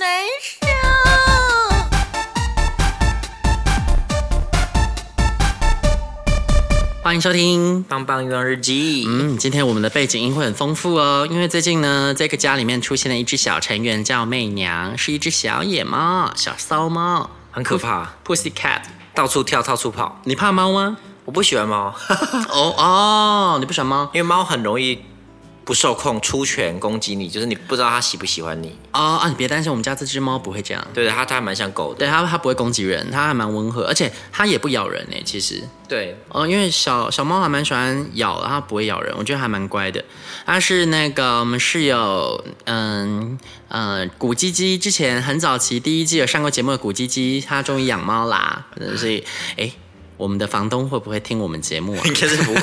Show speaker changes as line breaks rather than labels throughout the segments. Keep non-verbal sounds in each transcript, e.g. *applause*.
难受。
欢迎收听。
棒棒运动日记，
嗯，今天我们的背景音会很丰富哦，因为最近呢，这个家里面出现了一只小成员，叫媚娘，是一只小野猫、小骚猫
很可怕，
（pussy cat）。
到处跳，到处跑。
你怕猫吗？
我不喜欢猫，
哦哦，你不喜欢猫
因为猫很容易不受控出拳攻击你，就是你不知道它喜不喜欢你。
哦啊！你别担心，我们家这只猫不会这样。
对，它它还蛮像狗的。
对它，它不会攻击人，它还蛮温和，而且它也不咬人呢。其实，
对，
哦，因为小小猫还蛮喜欢咬，它不会咬人，我觉得还蛮乖的。它是那个我们室友，嗯嗯，古鸡鸡之前很早期第一季有上过节目的古鸡鸡，它终于养猫啦，所以哎，我们的房东会不会听我们节目啊？
应该是不会。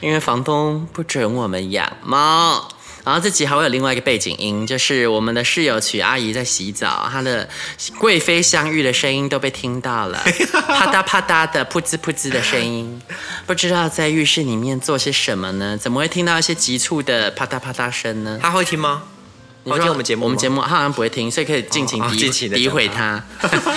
因为房东不准我们养猫。然后这集还会有另外一个背景音，就是我们的室友曲阿姨在洗澡，她的贵妃相遇的声音都被听到了，啪嗒啪嗒的噗滋噗滋的声音，不知道在浴室里面做些什么呢？怎么会听到一些急促的啪嗒啪嗒声呢？
它会听吗？
你
会听我们节目吗
我们节目他好像不会听，所以可以尽情诋、
哦哦尽情地
诋毁 *laughs* 他。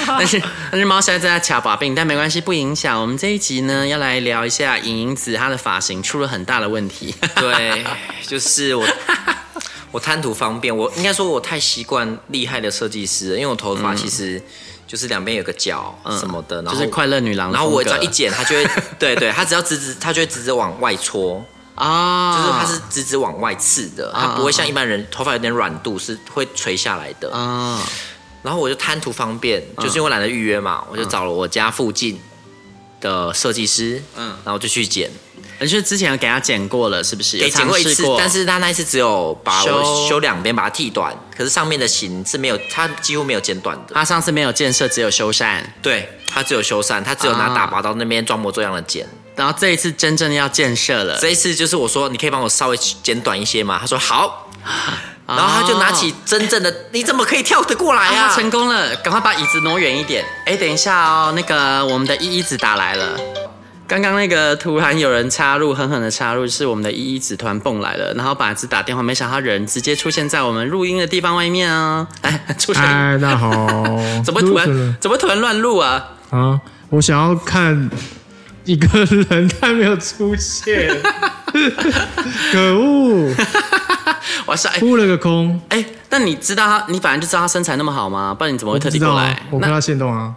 但是但是猫现在正在卡把柄，但没关系，不影响。我们这一集呢，要来聊一下莹莹子她的发型出了很大的问题。 *laughs*
对，就是我，我贪图方便，我应该说我太习惯厉害的设计师了，因为我头发其实就是两边有个角什么的，然
嗯就
后
是快乐女郎的
然
风格，
后我只要一剪，它就
*laughs*
会，对对，它只要直直，它就会直直往外搓，
啊，
就是它是直直往外刺的，它不会像一般人头发有点软度是会垂下来的。
啊，嗯
然后我就贪图方便，就是因为我懒得预约嘛，我就找了我家附近的设计师，嗯
嗯，
然后就去剪，
你是之前有给她剪过了，是不是？
给
有尝
剪过一
试
次，但是他那一次只有把我
修
修两边把它剃短，可是上面的型是没有，他几乎没有剪短的。
她上次没有建设，只有修缮，
对，他只有修缮，他只有拿
啊
大拔刀那边装模作样的剪。
然后这一次真正要建设了。
这一次就是我说你可以帮我稍微剪短一些嘛，他说 *laughs* 好，然后他就拿起真正的，你怎么可以跳得过来
哎呀，
啊？
成功了！赶快把椅子挪远一点。哎，等一下哦，那个我们的依依子打来了。刚刚那个突然有人插入，狠狠的插入，是我们的依依子突然蹦来了，然后把子打电话，没想到人直接出现在我们录音的地方外面哦。哎，出声音，。
嗨，大家好
*laughs* 怎么突
录什么
然怎么突然乱录啊？
啊？我想要看一个人，但没有出现， *laughs* 可恶，
我是哎
扑了个空。
哎，那你知道他，你本来就知道他身材那么好吗？不然你怎么
我
会
不
特地
知道
过
啊
来，？
我看
那
到线动啊。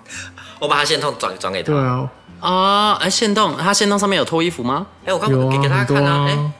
我把他线痛转转给他
对。啊，
哦，哎，线洞，他线洞上面有脱衣服吗？
哎，我刚
有
给
啊，
给大家
很多
看啊，哎
啊，。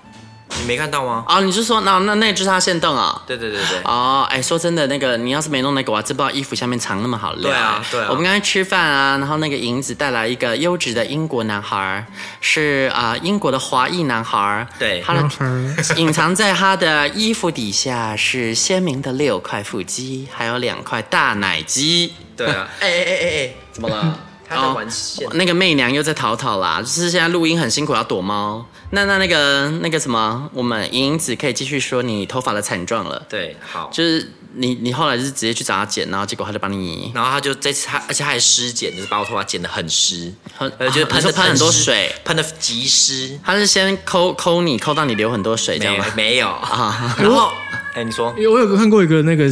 你没看到吗？
哦，你是说那那那就是他线洞啊、
对对对 *laughs* 对，
哦，哎，说真的，那个你要是没弄那个，我还真不知道衣服下面藏那么好料。
对啊对啊
我们刚才吃饭啊，然后那个银子带来一个优质的英国男孩儿，是啊、呃英国的华裔男孩儿。
对
他的 *laughs*
男孩儿
隐藏在他的衣服底下是鲜明的六块腹肌，还有两块大奶肌。
对啊，哎哎哎哎哎，
怎么了？
他在玩线
哦。那个媚娘又在逃逃啦，就是现在录音很辛苦，要躲猫。那那那个那个什么，我们银子可以继续说你头发的惨状了。
对，好。
就是你你后来就是直接去找他剪，然后结果他就把你
然后他就这次他，而且他还湿剪，就是把我头发剪得很湿，
很
*laughs* 呃，就是
啊
喷
你说
的
喷很多水，
喷的极湿，
他是先抠抠你，抠到你流很多水这样
没
吗？
没有
啊，
然后，哎，你说，
我有看过一个那个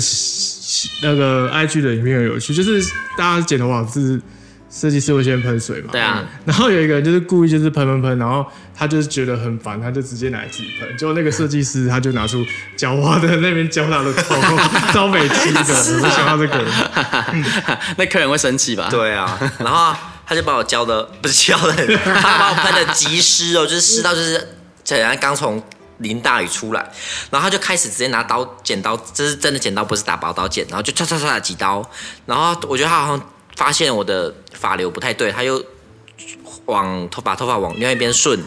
那个 IG 的影片，很有趣，就是大家剪头发是设计师会先喷水嘛，嗯
对啊，
然后有一个人就是故意就是喷喷喷，然后他就是觉得很烦，他就直接拿来自己喷。结果那个设计师他就拿出浇花的那边浇他的头， *laughs* 超美肌的，
啊
我想到
*laughs*
这个。
那客人会生气吧？，
对啊，然后他就把我浇的不是浇的，他把我喷的极湿哦，就是湿到就是，显然刚从淋大雨出来，然后他就开始直接拿刀、剪刀，这是真的剪刀，不是打薄刀剪，然后就唰唰唰几刀，然后我觉得他好像发现我的发流不太对，他又往头把头发往另外一边顺，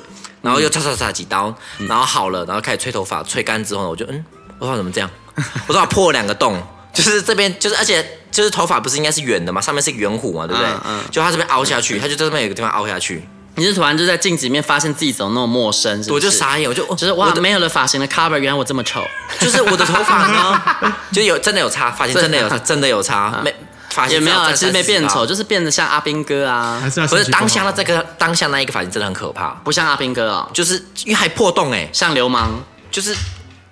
然后又擦擦擦几刀，
嗯
然后好了，然后开始吹头发，吹干之后呢，我就嗯，我头发怎么这样？我头发破了两个洞， *laughs* 就是这边就是而且就是头发不是应该是圆的嘛，上面是圆弧嘛，对不对？
嗯嗯
就他这边凹下去，他就在这边有个地方凹下去，
你是突然就在镜子里面发现自己怎么那么陌生，是不是
我就，傻眼，我就哦
就是哇，没有了发型的 cover，原来我这么丑。
就是我的头发
*laughs*
呢，就有真的有差，发现真的有真的有差，没发
嗯也
现
没有啊，其实没变丑，
丑，
就是变得像阿兵哥啊
还，是要
不是
先去
当下
逛
的这个当下那一个发型真的很可怕，
不像阿兵哥哦，
就是因为还破洞哎、
像流氓
就是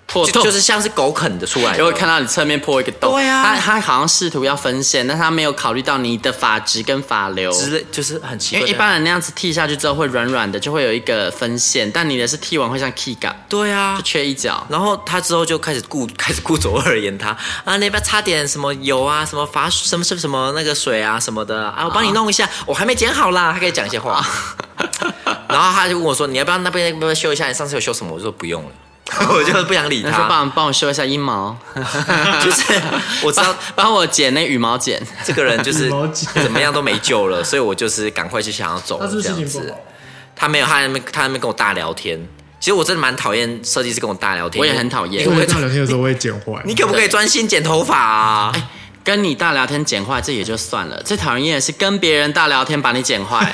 破
就
洞，
就是像是狗啃的出来的，
给我看到你侧面破一个洞。
对啊
他他好像试图要分线，但他没有考虑到你的发质跟发流。
之类，就是很
哦
奇
因
怪
为一
的。
般人那样子剃下去之后会软软的，就会有一个分线，但你的是剃完会像 k i g a
对啊
就，缺一角。
然后他之后就开始顾 *laughs* 开始顾左右而言他啊，那边擦点什么油啊，什么发什么什么什么那个水啊什么的啊，我帮你弄一下，我还没剪好啦，他可以讲一些话。 *laughs* 然后他就问我说：“你要不要那边那边修一下？你上次有修什么？”我说：“不用了。” *laughs* 我就不想理
他说
他，
帮我帮我修一下阴
*laughs*
毛，
就是我知道
帮帮我剪那羽毛剪。
*laughs* 这个人就是
羽毛剪
怎么样都没救了，所以我就是赶快就想要走
他
了
是不是
这
心
样
情不
子
好。。
他没有，他在那边他在那边跟我大聊天。其实我真的蛮讨厌设计师跟我大聊天，
我也很讨厌
你可不
跟
可
我
以
大聊天的时候，我也剪坏。
你可不可以专心剪头发啊？
哎，跟你大聊天剪坏这也就算了，最讨厌的是跟别人大聊天把你剪
*laughs*
坏，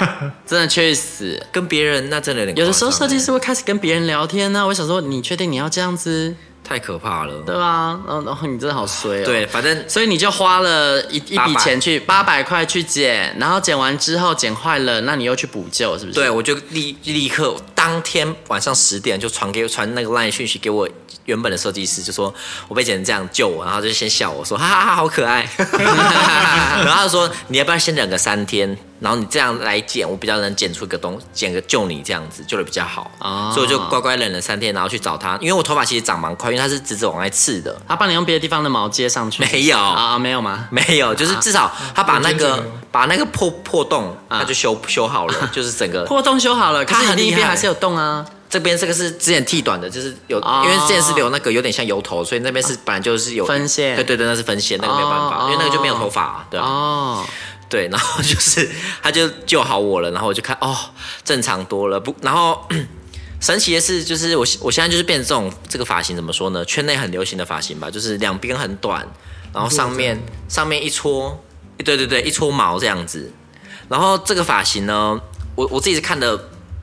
真的去死。
跟别人那真的有点
有的时候设计
师
师会开始跟别人聊天啊呢、我想说你确定你要这样子，
哎太可怕了。
对吧？然后然后你真的好衰哦。
对，反正
所以你就花了一一笔
800
钱去八百块去剪，然后剪完之后剪坏了，那你又去补救，是不是？
对我就立立刻当天晚上十点就传给传那个 LINE 讯息给我原本的设计师，就说我被剪成这样救我，然后他就先笑我说哈哈哈好可 *laughs* 爱，然后他说你要不要先忍个三天，然后你这样来剪，我比较能剪出个东剪个救你这样子救的比较好，
哦
所以我就乖乖忍了三天，然后去找他，因为我头发其实长蛮快，因为它是直直往外刺的，
他帮你用别的地方的毛接上去？
没有
啊，啊没有吗？
没有，就是至少
嗯
他把那
有
个
精神吗
把那个破破洞，
啊
他就修修好
*laughs*
了，就是整个
破洞修好了，可
他
是
很
你另一
厉
边
害
还是有洞啊。
这边这个是之前剃短的，就是有，
哦
因为之前是留那个有点像油头，所以那边是本来就是有
分线
对对对，那是分线，那个没有办法，
哦
因为那个就没有头发、对啊、
哦，
对，然后就是他就救好我了，然后我就看哦，正常多了不，然后。神奇的是，就是我我现在就是变成这种这个发型，怎么说呢？圈内很流行的发型吧，就是两边很短，然后上面上面一撮，对对对，一撮毛这样子。然后这个发型呢，我我自己是看的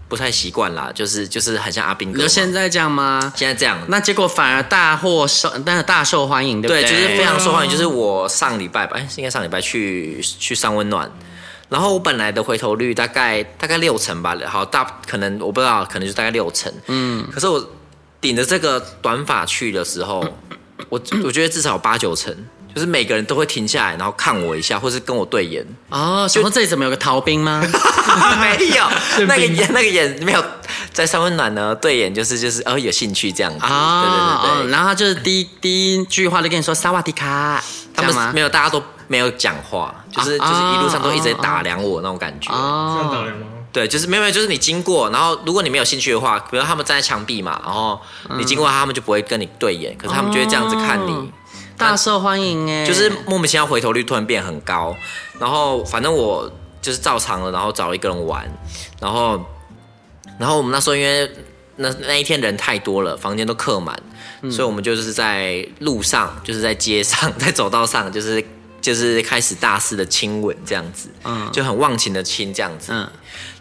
不太习惯啦，就是就是很像阿兵
你
哥嘛。
就现在这样吗？
现在这样，
那结果反而大获受，那大受欢迎，对不
对，
对？
就是非常受欢迎。就是我上礼拜吧，哎，应该上礼拜去去上温暖，然后我本来的回头率大概大概六成吧，好大可能我不知道，可能就大概六成。嗯，可是我顶着这个短发去的时候， *coughs* 我我觉得至少有八九成，就是每个人都会停下来，然后看我一下，或是跟我对眼。
哦，想说这里怎么有个逃兵吗？
*laughs* 没有， *laughs* 那个
兵
眼那个眼没有。在上温暖呢，对眼就是就是哦有兴趣这样子，对对对
哦
对，
然后他就是第一第一句话就跟你说萨瓦迪卡，
他
这样
们
吗
没？有，大家都没有讲话，就是、
啊
就是一路上都一直在打量我那种感觉。
这
哦，
样打人吗？
对，就是没有没有，就是你经过，然后如果你没有兴趣的话，比如他们站在墙壁嘛，然后你经过他，他们就不会跟你对眼，可是他们就会这样子看你。
嗯哦大受欢迎哎，
就是莫名其妙回头率突然变很高，然后反正我就是照常了，然后找了一个人玩，然后然后我们那时候因为那那一天人太多了，房间都客满，所以我们就是在路上， *laughs* 就是在街上，在走道上，就是就是开始大肆的亲吻这样子，
嗯
就很忘情的亲这样子，
嗯，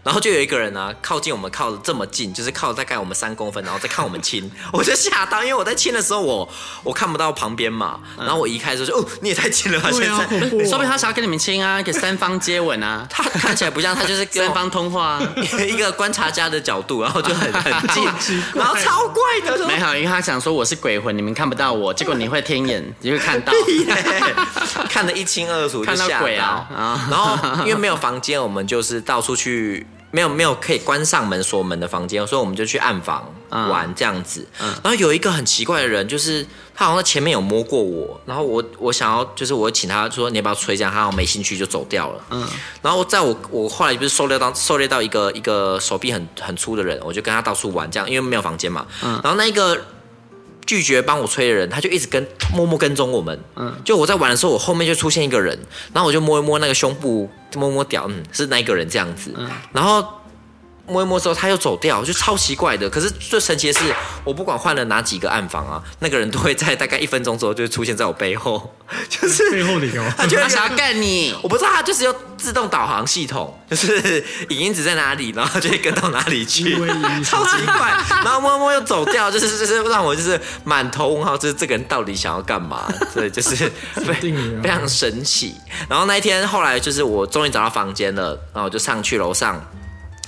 然后就有一个人啊，靠近我们靠的这么近，就是靠大概我们三公分，然后再看我们亲， *laughs* 我就吓到，因为我在亲的时候我我看不到旁边嘛，然后我移开的时候就哦，你也太近了吧，现
*laughs* 对啊
在，
恐怖哦
嗯说不定他想要跟你们亲啊，给三方接吻啊
他看起来不像，他就是跟
三
我
方通话啊。
*laughs* 一个观察家的角度，然后就很很近， *laughs* 然后超怪的，说
*laughs* 没有，因为他想说我是鬼魂，你们看不到我，结果你会天眼，你会看到。
*laughs* 对看得一清二楚，
看到
就吓
鬼啊啊
然后因为没有房间，我们就是到处去没有没有可以关上门锁门的房间，所以我们就去暗房
嗯
玩这样子。然后有一个很奇怪的人，就是他好像在前面有摸过我，然后我我想要就是我请他说你要不要吹这样，他好像没兴趣就走掉了。嗯，然后在我我后来不是狩猎到狩猎到一个一个手臂很很粗的人，我就跟他到处玩这样，因为没有房间嘛。嗯，然后那个拒绝帮我吹的人，他就一直跟默默跟踪我们。嗯，就我在玩的时候，我后面就出现一个人，然后我就摸一摸那个胸部，摸摸屌，嗯，是那一个人这样子。然后摸一摸之后，他又走掉，就超奇怪的。可是最神奇的是，我不管换了哪几个暗房啊，那个人都会在大概一分钟之后就会出现在我背后， *laughs* 就是
背后领哦，
他就会
他想要干你，
我不知道，他就是有自动导航系统，就是影音址在哪里，然后就会跟到哪里去
因为影
*laughs*
音，
超奇怪。然后摸摸又走掉，就是就是让我就是满头问号，就是这个人到底想要干嘛？ *laughs* 对，就是非
定你啊
非常神奇。然后那一天后来就是我终于找到房间了，然后我就上去楼上。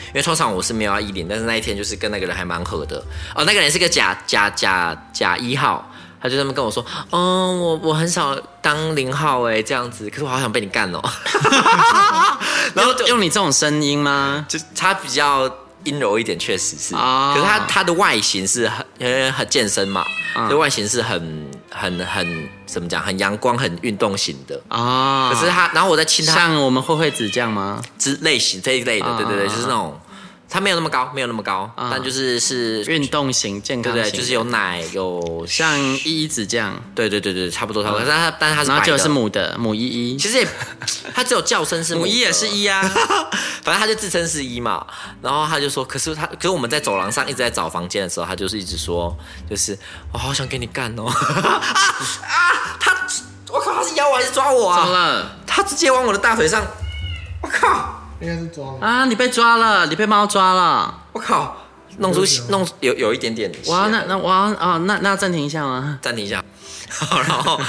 因为通常我是没有要一零，但是那一天就是跟那个人还蛮合的。哦，那个人是个假假假假一号，他就这么跟我说，嗯，我我很少当零号哎、这样子，可是我好想被你干哦。然后就
用你这种声音吗？
就他比较阴柔一点，确实是。
啊
可是他他的外形是很因为很健身嘛，
嗯
就外形是很很很怎么讲，很阳光、很运动型的。
啊，
可是他，然后我在亲他
像我们慧慧子这样吗？
之类型这一类的，
啊
对对对，
啊
就是那种他没有那么高，没有那么高，
啊
但就是是
运动型、健
对
康型，
对，就是有奶有
像依依子这样，
对对对对，差不多差不多，但他但是他是
然后
白
就
的，
是母的母依依，
其实也 *laughs* 他只有叫声是
母
的
一也是一啊，
反正他就自称是一嘛，然后他就说，可是他，可是我们在走廊上一直在找房间的时候，他就是一直说，就是我好想给你干哦，啊啊，他，我靠，他是咬我还是抓我
怎么
啊？
了？
他直接往我的大腿上，我靠，
应该是装了。
啊，你被抓了，你被猫抓了！
我靠，弄出血弄有有一点点血，
哇，那那哇啊，那那暂停一下吗？
暂停一下，然后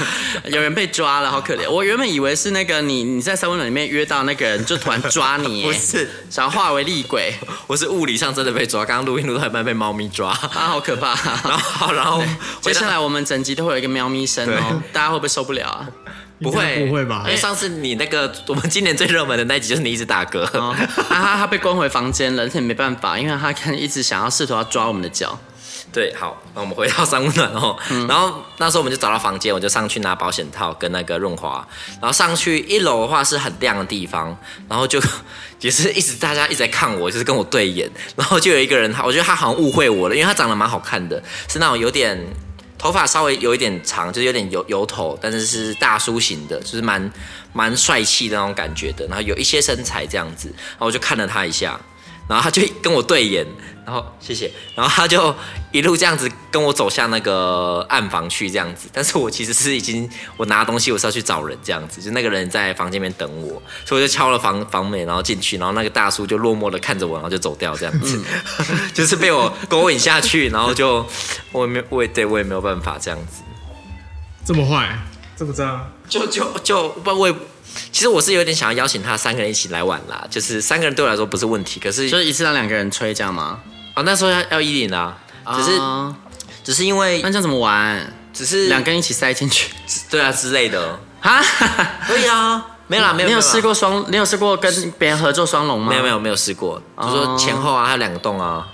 有人被抓了，好可
*laughs*
怜！我原本以为是那个你你在三温暖里面约到那个人，就突然抓
*laughs*
你耶，
不是
想要化为厉鬼
我是物理上真的被抓，刚刚录音录到一半被猫咪抓，
啊，好可怕！
然后然后
*laughs* 接
回到
下来我们整集都会有一个喵咪声哦，大家会不会受不了啊？
不
应
会哎
该不会吧
因为上次你那个我们今年最热门的那一集就是你一直打嗝，
哦，啊他他被关回房间了，而且没办法，因为他 *laughs* 看一直想要试图要抓我们的脚。
对，好，那我们回到三温暖哦。然后那时候我们就找到房间，我就上去拿保险套跟那个润滑，然后上去一楼的话是很亮的地方，然后就 *laughs* 也是一直大家一直在看我，就是跟我对眼，然后就有一个人，他我觉得他好像误会我了，因为他长得蛮好看的，是那种有点。头发稍微有一点长，就是有点油油头，但是是大叔型的，就是蛮蛮帅气的那种感觉的。然后有一些身材这样子，然后我就看了他一下，然后他就跟我对眼，然后谢谢，然后他就一路这样子跟我走向那个暗房去这样子，但是我其实是已经我拿东西我是要去找人这样子，就那个人在房间里面等我，所以我就敲了房房门，然后进去，然后那个大叔就落寞的看着我，然后就走掉这样 *laughs* 子，就是被我勾引下去，然后就我也没有我也对我也没有办法这样子，
这么坏，这么脏，
就就就不我也其实我是有点想要邀请他三个人一起来玩啦，就是三个人对我来说不是问题，可是
就是一次让两个人吹这样吗？
啊那时候要要一零啊，只是、
啊
只是因为
那这样怎么玩？
只是
两个人一起塞进去
*laughs* 对啊之类的，
啊？
可以啊，没有啦，没有
你有试，过双？你有试过跟别人合作双龙吗？
没有没有没有试过，就说前后啊，还有两个洞啊，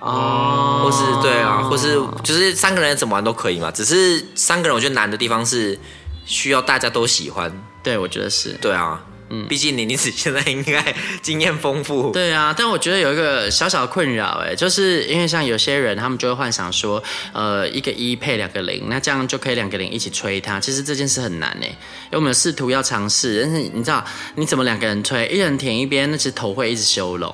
哦，
或是对啊，或是就是三个人怎么玩都可以嘛，只是三个人我觉得难的地方是需要大家都喜欢，
对，我觉得是。
对啊，嗯，毕竟你你只现在应该经验丰富，
对啊，但我觉得有一个小小的困扰，哎，就是因为像有些人，他们就会幻想说，呃，一个一配两个零，那这样就可以两个零一起吹它。其实这件事很难哎，因为我们有试图要尝试，但是你知道，你怎么两个人吹，一人舔一边，那其实头会一直修
*laughs*
拢，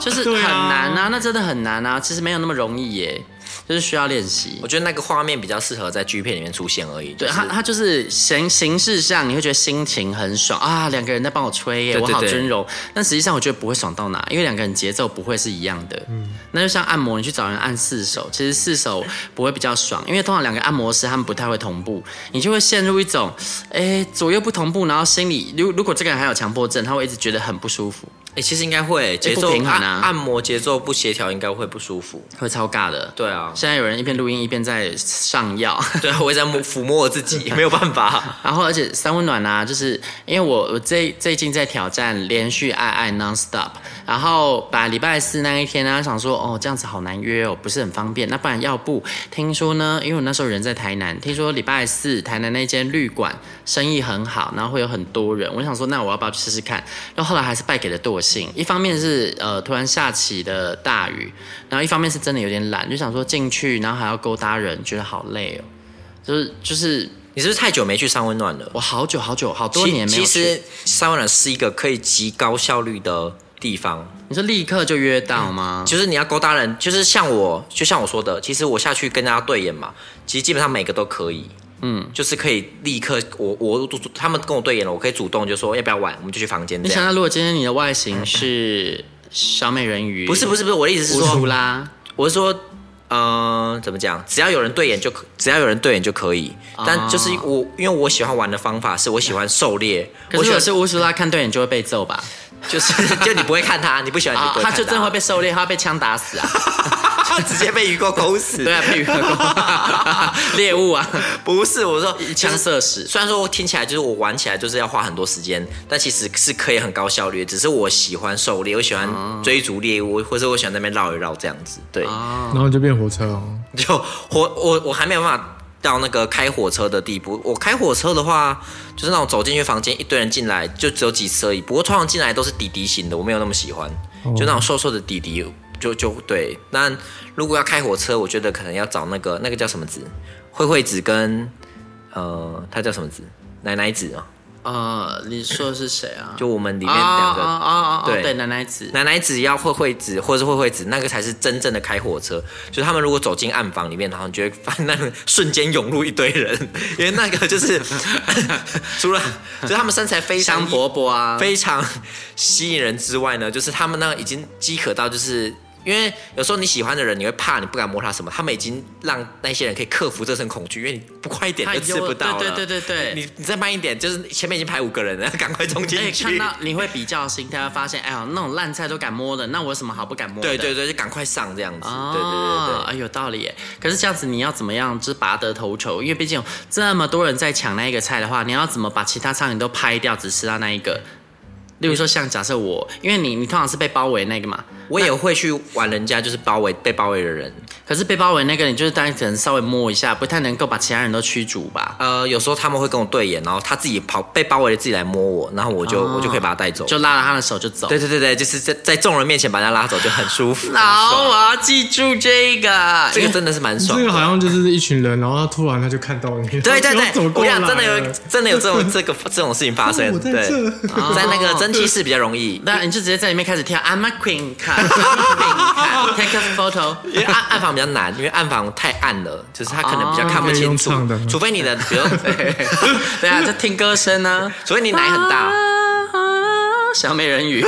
就是很
对啊
难啊，那真的很难啊，其实没有那么容易耶，就是需要练习
我。觉得那个画面比较适合在 G 片里面出现而已，
对啊
就是
他，他就是形形式上你会觉得心情很爽啊，两个人在帮我吹耶，
对对
我好
对
尊荣。但实际上我觉得不会爽到哪，因为两个人节奏不会是一样的。嗯，那就像按摩，你去找人按四手，其实四手不会比较爽，因为通常两个按摩师他们不太会同步，你就会陷入一种哎左右不同步，然后心里如如果这个人还有强迫症，他会一直觉得很不舒服。
哎、其实应该会节
不
奏
平衡啊
按按摩节奏不协调，应该会不舒服。
会超尬的。*laughs*
对啊，
现在有人一边录音一边在上药，
对啊，我也在摸抚摸我自己，没有办法。
然后而且三温暖啊，就是因为我我最最近在挑战连续爱爱 non stop，然后把礼拜四那一天呢、想说哦这样子好难约哦，不是很方便，那不然要不听说呢，因为我那时候人在台南，听说礼拜四台南那间旅馆生意很好，然后会有很多人，我想说那我要不要去试试看？然后后来还是败给了惰性，一方面是呃突然下起的大雨，然后一方面是真的有点懒，就想说进去然后还要勾搭人，觉得好累哦，就是就是。
你是不是太久没去三温暖了？
我好久好久好多
其
年没有
其
去，
实三温暖是一个可以极高效率的地方，
你说立刻就约到吗？
就是你要勾搭人，就是像我，就像我说的，其实我下去跟大家对眼嘛，其实基本上每个都可以，嗯，就是可以立刻，我我他们跟我对眼了，我可以主动就说要不要玩，我们就去房间
你
这
想
样。
到如果今天你的外形是小美人鱼，
不是不
是
是不是，我的意思是
乌
说
苏，拉，
我是说，嗯、怎么讲？只要有人对眼就可，只要有人对眼就可以。
啊
但就是我，因为我喜欢玩的方法是我喜欢狩猎，
可
我
是
喜
我
欢
是乌苏拉看对眼就会被揍 *laughs* 吧？
就是 *laughs* 就你不会看他，你不喜欢你
啊
不，会
他
看
就真的会被狩猎，他会被枪打死 *laughs* 啊！
*laughs* 他直接被鱼钩狗死。
对啊，被鱼钩 *laughs* 猎物啊，
不是我说
一枪射死。
虽然说我听起来就是我玩起来就是要花很多时间，但其实是可以很高效率的。只是我喜欢狩猎，我喜欢
哦
追逐猎物，或者我喜欢在那边绕一绕这样子。对，
然后就变火车哦。
*laughs* 就火我我还没有办法到那个开火车的地步。我开火车的话，就是那种走进去房间，一堆人进来，就只有几次而已。不过通常进来都是弟弟型的，我没有那么喜欢，就那种瘦瘦的弟弟，就就对。那如果要开火车，我觉得可能要找那个那个叫什么子，慧慧子跟呃，他叫什么子？奶奶子啊，
呃，你说的是谁啊？
就我们里
里
面两个。
啊啊啊！
对
对，奶奶子，
奶奶子要慧慧子，或者是慧慧子，那个才是真正的开火车。就是他们如果走进暗房里面，然后你就会发现那个瞬间涌入一堆人， *laughs* 因为那个就是 *laughs* 除了就是他们身材非常
香伯伯啊，
非常吸引人之外呢，就是他们那个已经饥渴到，就是因为有时候你喜欢的人，你会怕你不敢摸他什么，他们已经让那些人可以克服这层恐惧，因为你不快一点
太
就
优
吃不到了。
哎对对对对对
你你再慢一点，就是前面已经排五个人了，赶快冲
哎，
进
看
去。
到你会比较心态，会发现，哎呀，那种烂菜都敢摸的，那我有什么好不敢摸的？
对对对，就赶快上这样子。
哦
对对对对。
哎，有道理耶。可是这样子，你要怎么样，就是拔得头筹？因为毕竟有这么多人在抢那一个菜的话，你要怎么把其他苍蝇都拍掉，只吃到那一个？例如说，像假设我，因为你你通常是被包围那个嘛，
我也会去玩人家就是包围被包围的人，
可是被包围那个，你就是当然可能稍微摸一下，不太能够把其他人都驱逐吧，
呃，有时候他们会跟我对眼，然后他自己跑被包围的自己来摸我，然后我就、我就可以把他带走。
哦就拉了他的手就走。
对对对对，就是在在众人面前把他拉走就很舒服。
好，
很
我
爽
要记住这个。
这
*laughs*
个真的是蛮爽
这
的
个。好像就是一群人，然后他突然他就看到你，
对对
然后
对，
走
我
过
跟
来啊
你讲，真的有
了
真的有这种这个 *laughs* 这种事情发生
哦。我在
对，
这
在那个蒸汽室比较容易。
那你就直接在里面开始跳 I'm a queen cut，I'm a queen cut，take a photo。
因为暗暗房比较难，因为暗房太暗了，就是他可能比较看不
哦可以
清
用
楚
唱的，
除非你的，
*laughs*
比如，
对啊，就听歌声啊。
除非你奶很大，
小美人鱼，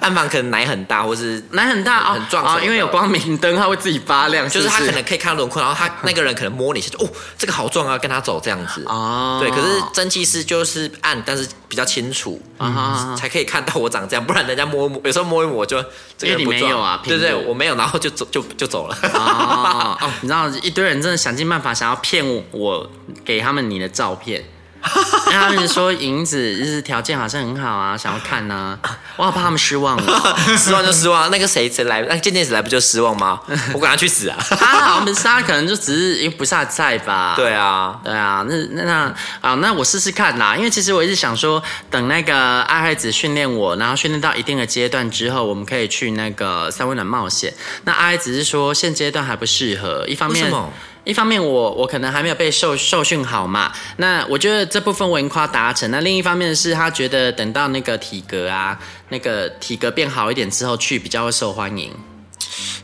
暗房可能奶很大，或是
*laughs* 奶很
*laughs*
大哦，
很壮硕
哦，因为有光明灯，它会自己发亮，
就是他
不
可能可以看到轮廓，
*laughs*
然后他那个人可能摸你一下，就哦，这个好壮啊，跟他走这样子。
哦，
对，可 *laughs* 是蒸汽室就是暗，但是比较清楚，嗯
啊
才可以看到我长这样，不然人家摸一摸，有时候摸一摸我就
因
这个
为
人
你
不
没
壮
有啊
对对，
平日
我没有，然后就走就就走了。
*laughs* 哦哦，你知道一堆人真的想尽办法想要骗我，我给他们你的照片。
*laughs*
因为他们说银子就是条件好像很好啊，想要看呐、啊，我好怕他们失望
*laughs*
哦。
*laughs* 失望就失望，啊那个谁谁来，那个渐渐子来不就失望吗？我管他
*laughs*
去死啊！
他好像不是他可能就只是因为不下菜吧。
对啊，
对啊，那那那啊，那我试试看啦。因为其实我一直想说，等那个爱孩子训练我，然后训练到一定的阶段之后，我们可以去那个三温暖冒险。那爱孩子是说现阶段还不适合，一方
为
面
什么。
一方面我，我可能还没有被受受训好嘛，那我觉得这部分我已经快要达成。那另一方面是他觉得等到那个体格啊，那个体格变好一点之后去比较会受欢迎，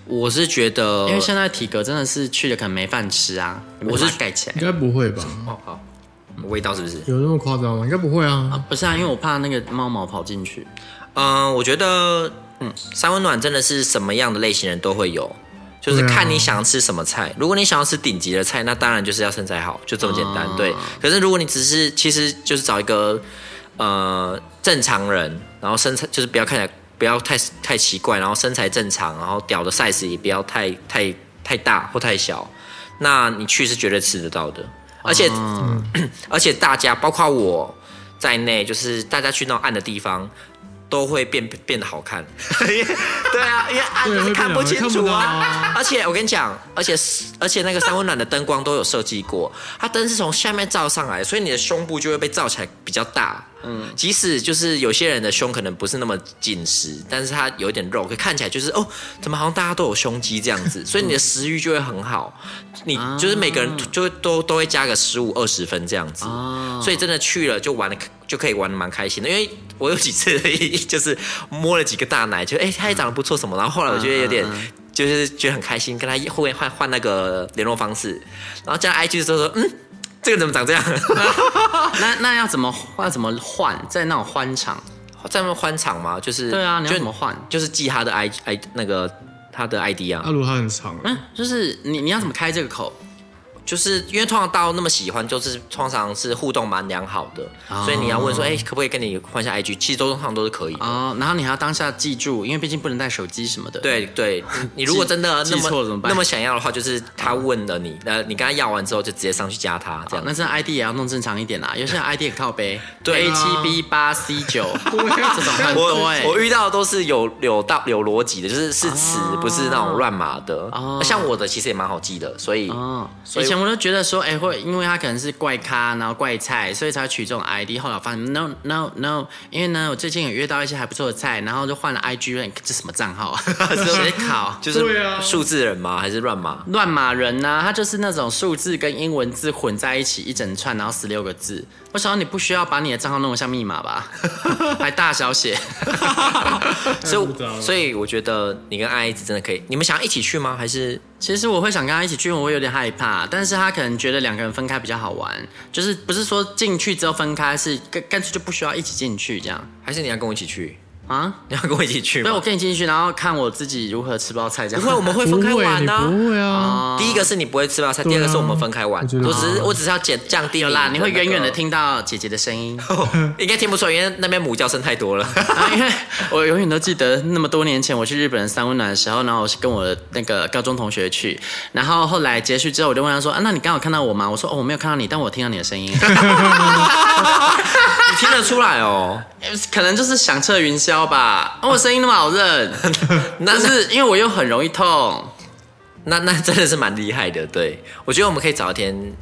我是觉得，
因为现在体格真的是去了可能没饭吃啊。
我是
把它盖起来
应，该不会吧？
哦好，味道是不是？
有那么夸张吗？应该不会啊。
不是啊，因为我怕那个猫毛跑进去。
嗯，我觉得，嗯，三温暖真的是什么样的类型人都会有，就是
对啊
看你想要吃什么菜。如果你想要吃顶级的
啊
菜，那当然就是要身材好，就这么简单。对。可是如果你只是，其实就是找一个。呃正常人，然后身材就是不要看起来不要太太奇怪，然后身材正常，然后屌的 size 也不要太太太大或太小，那你去是绝对吃得到的。而且、
啊
而且大家包括我在内，就是大家去那种暗的地方。都会变变得好看， *laughs* 对啊，因为暗就是
对会变
看
得
不
好看
清
看
楚
不到
啊
啊。
而且我跟你讲，而且而且那个三温暖的灯光都有设计过，它灯是从下面照上来，所以你的胸部就会被照起来比较大。嗯，即使就是有些人的胸可能不是那么紧实，但是它有一点肉，可看起来就是哦，怎么好像大家都有胸肌这样子，所以你的食欲就会很好。你就是每个人就都都会加个十五二十分这样子，所以真的去了就玩的就可以玩的蛮开心的，因为。我有几次 *laughs* 就是摸了几个大奶，就哎、他也长得不错什么，然后后来我觉得有
嗯
点就是觉得很开心，跟他后面换换那个联络方式，然后加 IG 的时候说，嗯，这个怎么长这样？ *laughs*
那那要怎么要怎么换？在那种欢场，
在那边欢场嘛，就是
对啊，你要
就
怎么换？
就是记他的 I I 那个他的 ID 啊
嗯
阿，鲁他很长啊，
就是你你要怎么开这个口？
就是因为通常大家都那么喜欢，就是通常是互动蛮良好的，
哦
所以你要问说，哎、可不可以跟你换一下 IG？其实都通常都是可以的。
哦，然后你还要当下记住，因为毕竟不能带手机什么的。，
对对，你你如果真的
记
那
记错了怎么办
那么想要的话，就是他问了你，呃，你跟他要完之后就直接上去加他
哦
这样、。
那这 ID 也要弄正常一点啦。有些人 ID 很靠背，
对
A
啊
七 B 八 C 九，
啊
这种很多哎、
我我遇到的都是有有道有逻辑的，就是是词，
啊
不是那种乱码的。呃
哦
像我的其实也蛮好记的，所以、
哦，
所
以
以
前我都觉得说，哎、会因为他可能是怪咖，然后怪菜，所以才会取这种 ID。后来我发现 no no no，因为呢，我最近有约到一些还不错的菜，然后就换了 IG，rank，这什么账号啊？ *laughs* 谁考？
就
*laughs* 对
是
啊
数字人吗？还是乱码？
乱码人呐、他就是那种数字跟英文字混在一起一整串，然后十六个字。我想说你不需要把你的账号弄得像密码 *laughs* 吧，还大小写。
所以
复杂
我
了
所以我觉得你跟爱子真的可以，你们想要一起去吗？还是
其实我会想跟他一起去，因为我有点害怕，但是他可能觉得两个人分开比较好玩，就是不是说进去之后分开，是干干脆就不需要一起进去这样
还是你要跟我一起去？
啊？
你要跟我一起去
对，我
吗？
跟你进去，然后看我自己如何吃包菜这样。
不会，我们会
不
分
会，
开玩哦
你
的、
不会啊，
第一个是你不会吃泡菜，
对啊
第二个是我们分开玩。
我觉得啊
我只是我只是要减降低
有啦，你会远远的
听。
听到姐姐的声音。
哦应该听不出来，因为那边母叫声太多了。 *laughs*
啊，因为 *laughs* 我永远都记得那么多年前我去日本三温暖的时候，然后我是跟我的那个高中同学去，然后后来结束之后，我就问他说：“啊，那你刚好看到我吗？”我说：“哦，我没有看到你，但我听到你的声音。
你听得出来哦？
可能就是响彻云霄吧。哦、我声音那么好认，但是因为我又很容易痛。
那那真的是蛮厉害的。对，我觉得我们可以找一天，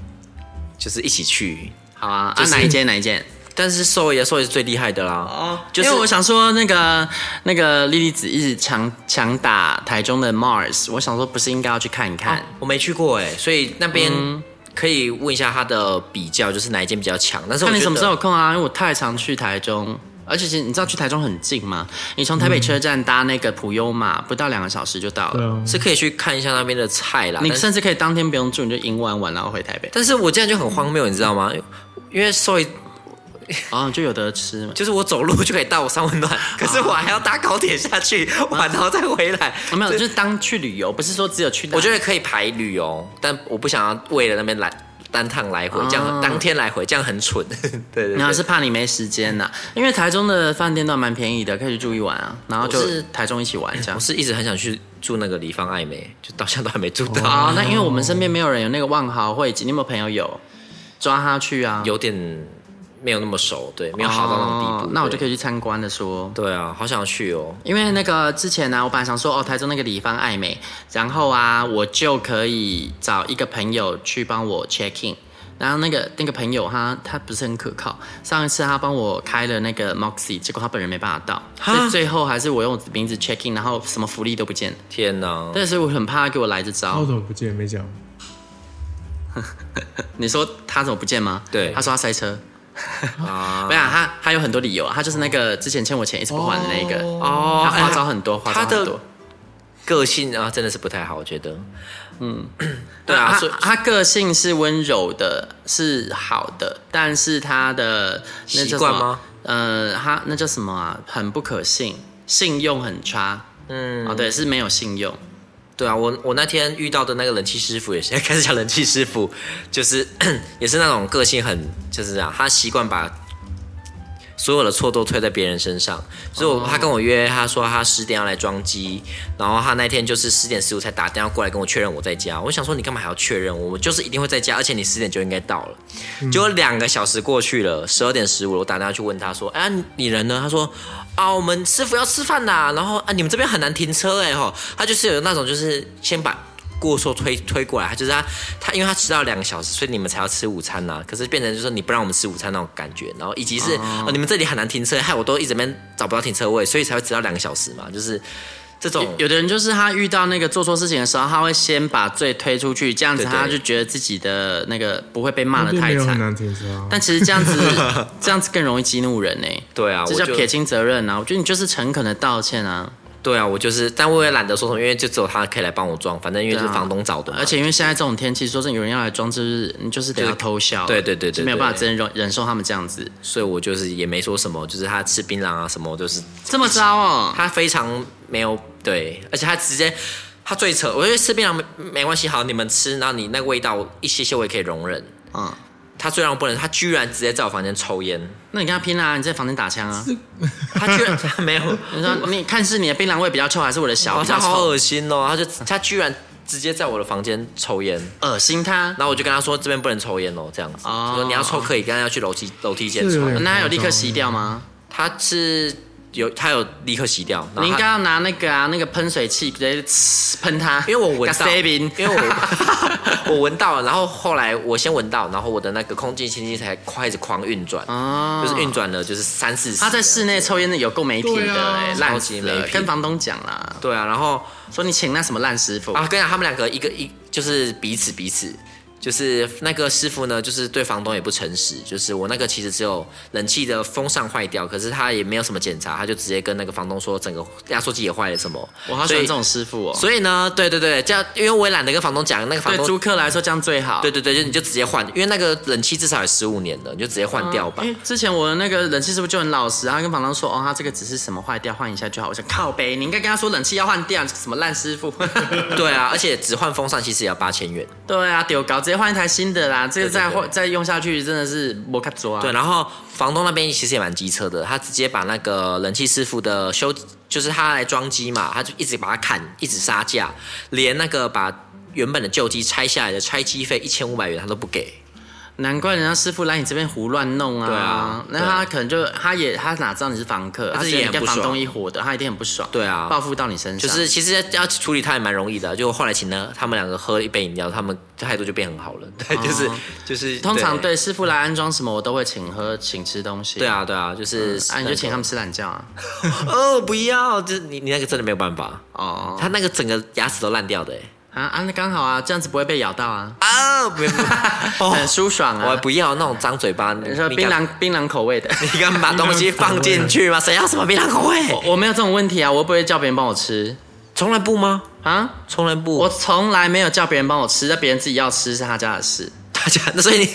就是一起去。
好啊，
就是
啊哪一间哪一间？
但是兽爷，兽爷是最厉害的啦。
哦
哦，，
因为我想说那个那个莉莉子一直强强打台中的 Mars，我想说不是应该要去看一看？
我没去过哎，所以那边
嗯
可以问一下他的比较，就是哪一间比较强。但是我
看
觉
你
得
什么时候有空啊？因为我太常去台中，而且其实你知道去台中很近吗？你从台北车站搭那个普悠玛，不到两个小时就到
对
了。
啊，
是可以去看一下那边的菜啦。
你
但是
甚至可以当天不用住，你就赢完玩然后回台北，
但是我这样就很荒谬，你知道吗？因为兽爷
哦，就有得吃嘛。
就是我走路就可以到三温暖，可是我还要搭高铁下去，晚然后再回来。
哦啊没有，就是当去旅游，不是说只有去哪。
我觉
得
得可以排旅游，但我不想要为了那边来单趟来回，这样、
啊
当天来回，这样很蠢。 *laughs* 对对
然后
对，
是怕你没时间呐、因为台中的饭店都还蛮便宜的，可以去住一晚啊，然后就
我是
台中一起玩这样
我。是一直很想去住那个李芳爱美，就到现在都还没住到，
啊、那因为我们身边没有人有那个万豪汇集，你有没有朋友有？抓他去啊，
有点没有那么熟，对，没有好到那种地步。
哦那我就可
以
以去参观了说。
对啊，好想去哦。
因为那个之前呢、我本来想说哦，台中那个李芳爱美，然后啊，我就可以找一个朋友去帮我 check in。然后那个那个朋友他他不是很可靠，上一次他帮我开了那个 Moxie，结果他本人没办法到，
哈
所以最后还是我用我名字 check in，然后什么福利都不见。
天哪！
但是我很怕他给我来这
他
招。
哦
怎么不见没讲？
你说他怎么不见吗？
对
他说他塞车。
啊
没，有、啊，他他有很多理由啊，他就是那个之前欠我钱一直不还的那个，
哦
他花招很多，花
哎
招
他
很
的
多。
个性啊，真的是不太好，我觉得。嗯， *clears throat* 对
对
啊，
啊，
所以
他他个性是温柔的，是好的，但是他的那叫
习惯
什么
吗？
呃，他那叫什么啊？很不可信，信用很差。嗯，哦，对，是没有信用。
对啊，我我那天遇到的那个冷气师傅也是 *laughs* 开始讲冷气师 *clears throat* 傅，就是也是那种个性很就是这样，他习惯把所有的错都推在别人身上。所以我他跟我约，他说他十点要来装机，然后他那天就是十点十五才打电话过来跟我确认我在家。我想说你干嘛还要确认？我就是一定会在家，而且你十点就应该到了。结果两个小时过去了，十二点十五了，我打电话去问他说：“哎、啊，你人呢？”他说：“啊，我们师傅要吃饭啦，然后啊，你们这边很难停车哎吼。”他就是有那种就是先把。过错推推过来，他就是他他，因为他迟到两个小时，所以你们才要吃午餐呐、啊可是变成就是说你不让我们吃午餐那种感觉，然后以及是哦你们这里很难停车，害我都一直在那边找不到停车位，所以才会迟到两个小时嘛，就是这种
有的人就是他遇到那个做错事情的时候，他会先把罪推出去，这样子
对对
他就觉得自己的那个不会被骂
那
的
边没
太
有很
惨。
难停车啊。
但其实这样子，
*laughs*
这样子更容易激怒人呢、欸
对啊，
这
我
叫
就
撇清责任啊！我觉得你就是诚恳的道歉啊，
对啊，我就是，但我也懒得说什么，因为就只有他可以来帮我装，反正因为
对
是
啊
房东找的嘛，
而且因为现在这种天气，说真的，有人要来装，就是你就是得
就是
要偷笑，
对对对对
就没有办法
对
真忍忍受他们这样子，
所以我就是也没说什么，就是他吃槟榔啊什么，就是
这么糟哦。
他非常没有对，而且他直接他最扯，我觉得吃槟榔没没关系，好你们吃，然后你那个味道一些些我也可以容忍。
嗯，
他最让我不能，他居然直接在我房间抽 *laughs* 烟，
那你跟他拼啦、你在房间打枪啊？
他居然他没有，
你说你看是你的槟榔味比较臭，还是我的小
哦，
比
他
较
好
臭？
恶心哦，他就他居然直接在我的房间抽烟，
恶心他。
然后我就跟他说这边不能抽烟哦，这样子，
哦
我说你要抽可以，刚刚要去楼梯楼梯间
是
抽
有，点
那他有立刻吸掉吗？
他是有他有立刻洗掉，然
你
后
应
他
该要拿那个啊，那个喷水器直接 *laughs* 呲喷它，
因为我闻到，
Gasoline
因为我 *laughs* 我闻到了，然后后来我先闻到，然后我的那个空气清新才开始狂运转，
哦
就是运转了就是三四十。
*laughs* 他在室内抽烟的有够没品
对
的，
啊
哎
超
烂
级
死
没
了。
品
跟房东讲啦，
对啊，然后
说你请那什么烂师傅，
啊，跟你讲，他们两个一个一就是彼此彼此，就是那个师傅呢，就是对房东也不诚实，就是我那个其实只有冷气的风扇坏掉，可是他也没有什么检查，他就直接跟那个房东说整个压缩机也坏了什么，
我好喜
所以
欢这种师傅哦。
所以呢，对对对，这样因为我也懒得跟房东讲，那个房
对
东
租客来说这样最好。
对对对，就你就直接换，因为那个冷气至少有十五年了，你就直接换掉吧
因。为哎之前我的那个冷气师傅就很老实，然后跟房东说，哦，他这个只是什么坏掉，换一下就好。我想靠北，你应该跟他说冷气要换掉，什么烂师
*laughs*
傅。嗯
对啊，而且只换风扇其实也要八千元。
对啊，丢搞直接换一台新的啦，这个再
对对
换再用下去真的是没看着啊。
对，然后房东那边其实也蛮机车的，他直接把那个冷气师傅的修，就是他来装机嘛，他就一直把它砍，一直杀价，连那个把原本的旧机拆下来的拆机费一千五百元他都不给。
难怪人家师傅来你这边胡乱弄啊！
对啊
那
对啊
他可能就他也他哪知道你是房客，
他
他
自
是
己也很
跟
不
房
爽
东一伙的，他一定很不爽。
对啊
报复到你身上。
就是其实要处理他也蛮容易的，就后来请了他们两个喝一杯饮料，他们态度就变很好了。对，就是就是
哦通常对师傅来安装什么，我都会请喝请吃东西。
对，啊对啊，就是
啊你就请他们吃懒觉啊。
哦，不要，就是你你那个真的没有办法，
哦，
他那个整个牙齿都烂掉的欸
啊啊，那刚好啊，这样子不会被咬到啊，
啊， *laughs* 不用，不用
很舒爽
我
啊。
不要那种张嘴巴，
你
你
说
你
槟
敢
榔槟榔口味的， *laughs*
你敢把东西放进去吗？谁要什么槟榔口味？
我我没有这种问题啊，我又不会叫别人帮我吃
从来不吗？
啊，
从来不。
我从来没有叫别人帮我吃，那别人自己要吃是他家的事。
大家，那所以你 *laughs*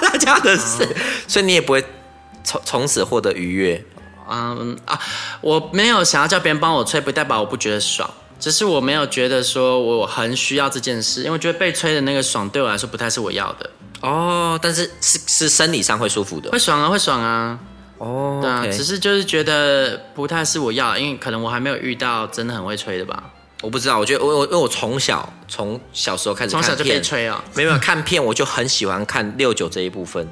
大家的事，所以你也不会从从此获得愉悦。
嗯啊，我没有想要叫别人帮我吹，不代表我不觉得爽，只是我没有觉得说我很需要这件事，因为我觉得被吹的那个爽对我来说不太是我要的。
哦，但是是是生理上会舒服的
会爽啊，会爽啊，
哦
对啊
OK
只是就是觉得不太是我要，因为可能我还没有遇到真的很会吹的吧，
我不知道，我觉得我我因为我从小从小时候开始
从小
看
就被
片，
吹哦。
没有没有看片，我就很喜欢看六九这一部分。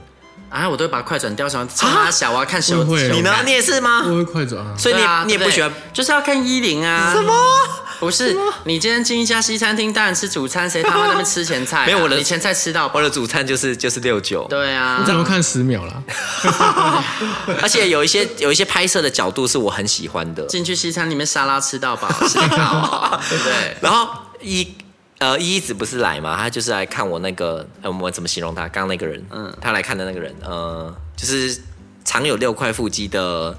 啊，我都会把快转掉上，冲他小我要看手
我会
手
你
你呢？
感
你也是吗？
我会快转啊，
所以
啊
你、
对啊
你也
对
不
对
喜欢
就是要看一零啊？什么？不是，你今天进一家西餐厅，当然吃主餐，谁他妈在那边吃前菜、啊？
没有我的
你前菜吃到饱
我的主餐就是就是六九，
对啊，
我只能看十秒啦。
而且有一些有一些拍摄的角度是我很喜欢的。
进去西餐里面沙拉吃到
*laughs*
饱，啊吃到饱，对，
然后一呃一子不是来嘛，他就是来看我那个，呃、我怎么形容他？刚刚那个人，嗯，他来看的那个人，呃，就是常有六块腹肌的，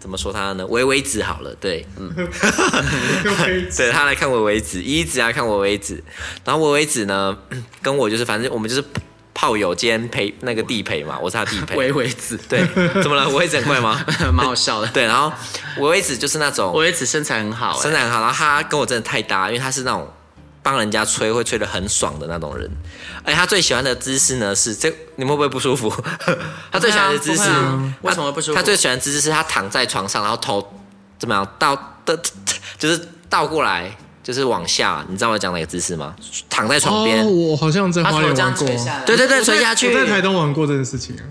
怎么说他呢？微微子好了，对，嗯， *laughs* 对他来看微微子，一子来看微微子，然后微微子呢跟我就是反正我们就是炮友兼陪那个地陪嘛，我是他地陪，
微微子，
对，怎么了？我微子很怪吗？ *laughs*
蛮好笑的。
对，然后微微子就是那种
微微子身材很好、
身
哎，
材很好，然后他跟我真的太搭，因为他是那种帮人家吹会吹得很爽的那种人。哎，他最喜欢的姿势呢是这，你们会不会不舒服？ *laughs* 他最喜欢的姿势
不会啊，
他
为什么会不舒服
他最喜欢的姿势是他躺在床上，然后头怎么样倒的，就是倒过来，就是往下，你知道我讲哪个姿势吗？躺在床边，
哦，我好像在花莲玩过，
对对对，垂下去
我，在台东玩过这件事情啊，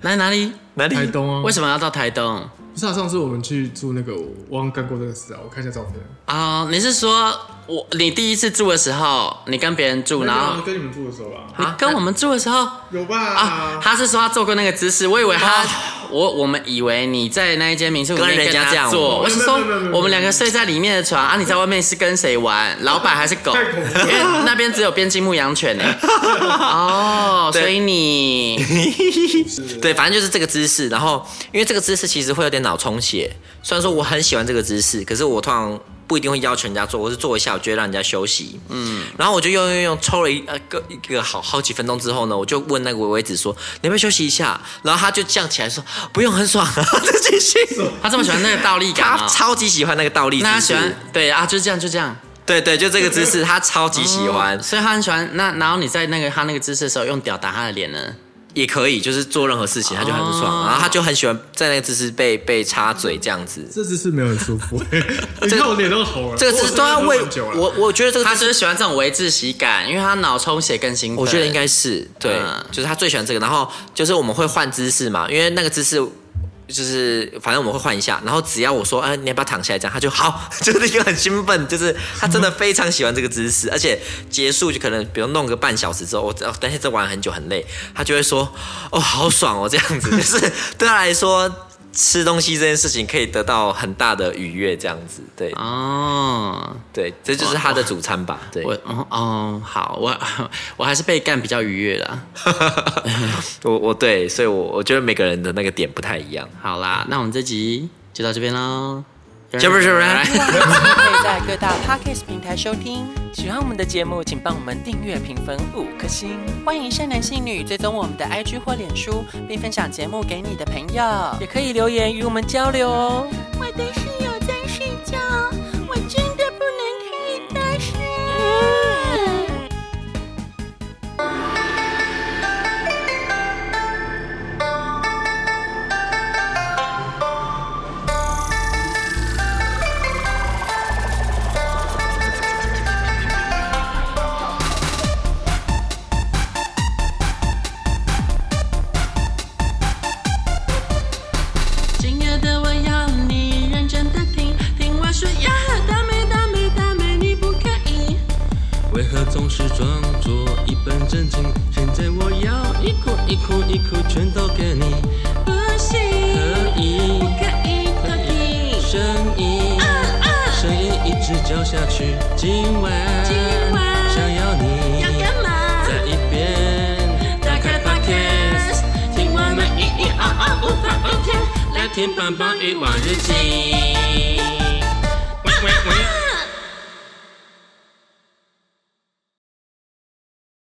来哪里？
哪里
台东啊，
为什么要到台东？
不是啊？上次我们去住那个，我忘了干过这个事啊，我看一下照片。
啊、你是说我你第一次住的时候，你跟别人住，然
那个
后
啊跟你们住的时候吧，
你跟我们住的时候
有
啊
吧？，
他是说他做过那个姿势，我以为他，我我们以为你在那一间民宿里面
哦跟人家
他
这样
做，
玩
我是说
没有没有没有没有
我们两个睡在里面的床啊，你在外面是跟谁玩？老板还是
*laughs*
狗？
太恐怖
因
了
为那边只有边境牧羊犬
*laughs*
呢。哦，所以你
对，反正就是这个姿势。然后，因为这个姿势其实会有点脑充血。虽然说我很喜欢这个姿势，可是我通常不一定会要求人家做，我是做一下，我就会让人家休息。嗯，然后我就用用用，抽了一呃个一个好好几分钟之后呢，我就问那个维维子说：“你要不要休息一下？”然后他就站起来说：“不用，很爽。”啊 *laughs* 再继续。
他这么喜欢那个倒立感
他
啊、
超级喜欢那个倒立姿势，
那他喜欢对啊，就这样就这样。
对对，就这个姿势，他超级喜欢，
所以他很喜欢那，然后你在那个他那个姿势的时候，用屌打他的脸呢？
也可以，就是做任何事情，他就很爽，
哦
然后他就很喜欢在那个姿势被被插嘴这样子。
这姿势没有很
*laughs*
舒服，你看我脸都红了。
这个姿势都要为
我真的是玩久了
啊我，我觉得这个
他
姿势
就是喜欢这种维窒息感，因为他脑充血更兴奋。
我觉得应该是对，
嗯
就是他最喜欢这个。然后就是我们会换姿势嘛，因为那个姿势就是反正我们会换一下。然后只要我说，哎、你要不要躺下来？这样他就好， *laughs* 就是一个很兴奋，就是他真的非常喜欢这个姿势。而且结束就可能比如弄个半小时之后，我哦，但是这玩很久很累，他就会说，哦，好爽哦，这样子， *laughs* 就是对他来说。吃东西这件事情可以得到很大的愉悦，这样子，对
哦，
对，这就是他的主餐吧，对。
我哦哦好，我 *laughs* 我还是被干比较愉悦啦。
我我对，所以我我觉得每个人的那个点不太一样。
好啦，那我们这集就到这边喽，
是不是不是
可以在各大 podcast 平台收听。喜欢我们的节目，请帮我们订阅、评分五颗星。欢迎善男信女追踪我们的 IG 或脸书，并分享节目给你的朋友，也可以留言与我们交流哦。
我的室友在睡觉，我真的不能看他睡。
今夜的我要你认真的听，听我说呀，大美大美大美，你不可以。为何总是装作一本正经？现在我要一哭一哭一哭，全都给你。不行，可以，不可以，可以。声音，声音一直叫下去。今晚，今晚想要你，要干嘛？在一边打开 Podcast，听我们咿咿啊啊无法无天，来听棒棒与往日记。喂喂喂。